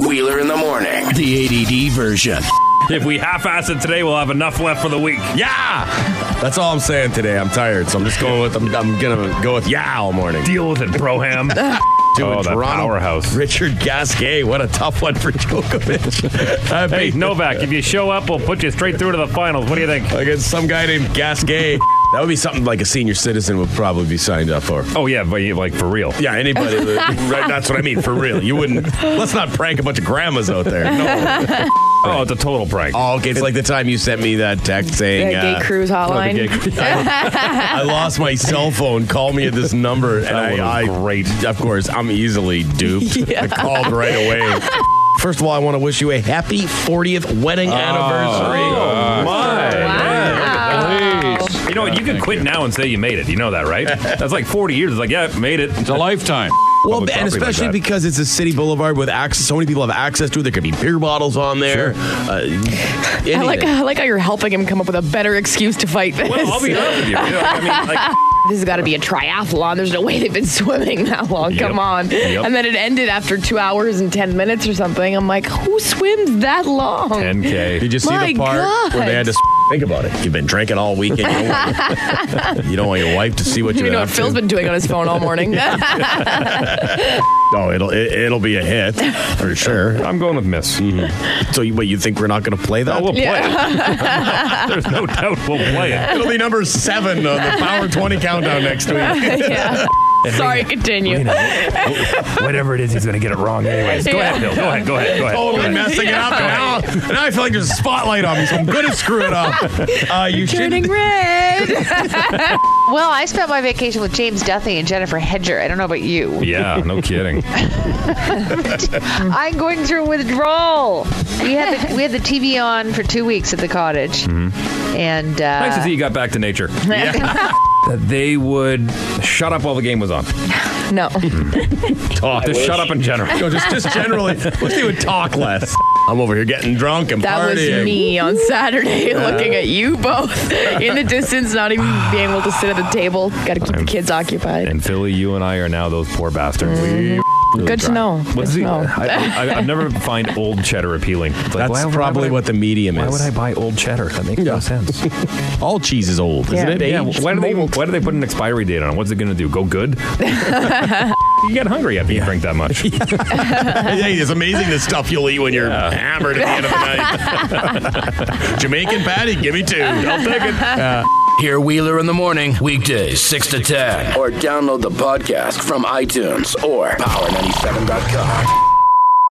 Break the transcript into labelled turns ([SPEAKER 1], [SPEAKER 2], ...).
[SPEAKER 1] Wheeler in the morning.
[SPEAKER 2] The ADD version.
[SPEAKER 3] If we half-ass it today, we'll have enough left for the week.
[SPEAKER 4] Yeah, that's all I'm saying today. I'm tired, so I'm just going with. I'm, I'm gonna go with yeah all morning.
[SPEAKER 3] Deal with it, Broham.
[SPEAKER 4] Two in
[SPEAKER 3] oh, that powerhouse.
[SPEAKER 4] Richard Gasquet, what a tough one for Djokovic. I
[SPEAKER 3] hey,
[SPEAKER 4] mean,
[SPEAKER 3] Novak, if you show up, we'll put you straight through to the finals. What do you think?
[SPEAKER 4] against some guy named Gasquet. That would be something like a senior citizen would probably be signed up for.
[SPEAKER 3] Oh yeah, but you- like for real.
[SPEAKER 4] Yeah, anybody. would- right, that's what I mean for real. You wouldn't. Let's not prank a bunch of grandmas out there. No.
[SPEAKER 3] Oh, it's a total prank.
[SPEAKER 4] Oh, okay. It's like the time you sent me that text saying,
[SPEAKER 5] Yeah,
[SPEAKER 4] uh,
[SPEAKER 5] Gay Cruise Hotline.
[SPEAKER 4] I lost my cell phone. Call me at this number. And
[SPEAKER 3] That
[SPEAKER 4] I,
[SPEAKER 3] one
[SPEAKER 4] I, great. Of course, I'm easily duped. I called right away. First of all, I want to wish you a happy 40th wedding anniversary.
[SPEAKER 5] Wow.
[SPEAKER 3] You know what? You could quit now and say you made it. You know that, right? That's like 40 years. It's like, yeah, made it.
[SPEAKER 2] It's a lifetime.
[SPEAKER 4] Well,
[SPEAKER 3] Public
[SPEAKER 4] and
[SPEAKER 3] property like
[SPEAKER 4] especially
[SPEAKER 3] that.
[SPEAKER 4] because it's a city boulevard with access. So many people have access to it. There could be beer bottles on there. Uh,
[SPEAKER 5] I like,
[SPEAKER 4] anything.
[SPEAKER 5] I like how you're helping him come up with a better excuse to fight this.
[SPEAKER 3] Well, I'll be honest with you. you know, I mean, like,
[SPEAKER 5] this has got to be a triathlon. There's no way they've been swimming that long.
[SPEAKER 3] Yep.
[SPEAKER 5] Come on.
[SPEAKER 3] Yep.
[SPEAKER 5] And then it ended after two hours and 10 minutes or something. I'm like, who swims that long?
[SPEAKER 3] 10K.
[SPEAKER 4] Did you see
[SPEAKER 5] My
[SPEAKER 4] the part where they had to
[SPEAKER 5] God.
[SPEAKER 4] s- think about it? You've been drinking all weekend. You don't want, you don't want your wife to see what
[SPEAKER 5] You
[SPEAKER 4] you're
[SPEAKER 5] know
[SPEAKER 4] up
[SPEAKER 5] what Phil's
[SPEAKER 4] to.
[SPEAKER 5] been doing on his phone all morning.
[SPEAKER 4] Oh, it'll it, it'll be a hit for sure.
[SPEAKER 3] I'm going with Miss.
[SPEAKER 4] So, you, what you think we're not going to play that?
[SPEAKER 3] Oh, we'll play it. There's no doubt we'll play it.
[SPEAKER 4] It'll be number seven on the Power 20 countdown next week.
[SPEAKER 5] yeah. Sorry, continue.
[SPEAKER 3] Whatever it is, he's going to get it wrong anyways. Go
[SPEAKER 5] Yeah.
[SPEAKER 3] ahead, Bill. Go ahead. Go ahead. Go ahead.
[SPEAKER 4] Totally messing it up. And now, and now I feel like there's a spotlight on me, so I'm going to screw it up. Uh, you
[SPEAKER 5] Turning
[SPEAKER 4] shouldn't-
[SPEAKER 5] red.
[SPEAKER 6] Well, I spent my vacation with James Duthie and Jennifer Hedger. I don't know about you.
[SPEAKER 3] Yeah, no kidding. Mm-hmm.
[SPEAKER 6] I'm going through withdrawal. We had the, we had the TV on for two weeks at the cottage, and uh,
[SPEAKER 3] Mm-hmm. Nice to see you got back to nature. That They would shut up while the game was on.
[SPEAKER 5] No.
[SPEAKER 3] Just shut up in general.
[SPEAKER 4] No, just, just generally, wish they would talk less. I'm over here getting drunk and
[SPEAKER 5] That was
[SPEAKER 4] partying.
[SPEAKER 5] me on Saturday looking at you both in the distance, not even being able to sit at the table. Got to keep the kids occupied.
[SPEAKER 3] And Philly, you and I are now those poor bastards.
[SPEAKER 5] Mm. Good to know. Good
[SPEAKER 3] What's
[SPEAKER 5] to
[SPEAKER 3] the?
[SPEAKER 5] know.
[SPEAKER 3] I, I, I've never find old cheddar appealing. It's like, why
[SPEAKER 4] That's
[SPEAKER 3] would-
[SPEAKER 4] probably
[SPEAKER 3] why would
[SPEAKER 4] what the medium
[SPEAKER 3] I- Why would
[SPEAKER 4] is.
[SPEAKER 3] I buy old cheddar? That makes no sense.
[SPEAKER 4] All cheese is old,
[SPEAKER 5] Yeah.
[SPEAKER 4] isn't it?
[SPEAKER 3] Yeah,
[SPEAKER 4] Aged
[SPEAKER 3] why do they
[SPEAKER 4] mold.
[SPEAKER 3] why do they put an expiry date on it? What's it going to do? Go good? you get hungry after you drink that much.
[SPEAKER 4] Hey, it's amazing the stuff you'll eat when you're hammered at the end of the night. Jamaican patty, give me two. I'll take it.
[SPEAKER 2] Hear Wheeler in the morning, weekdays, 6 to 10.
[SPEAKER 1] Or download the podcast from iTunes or power97.com.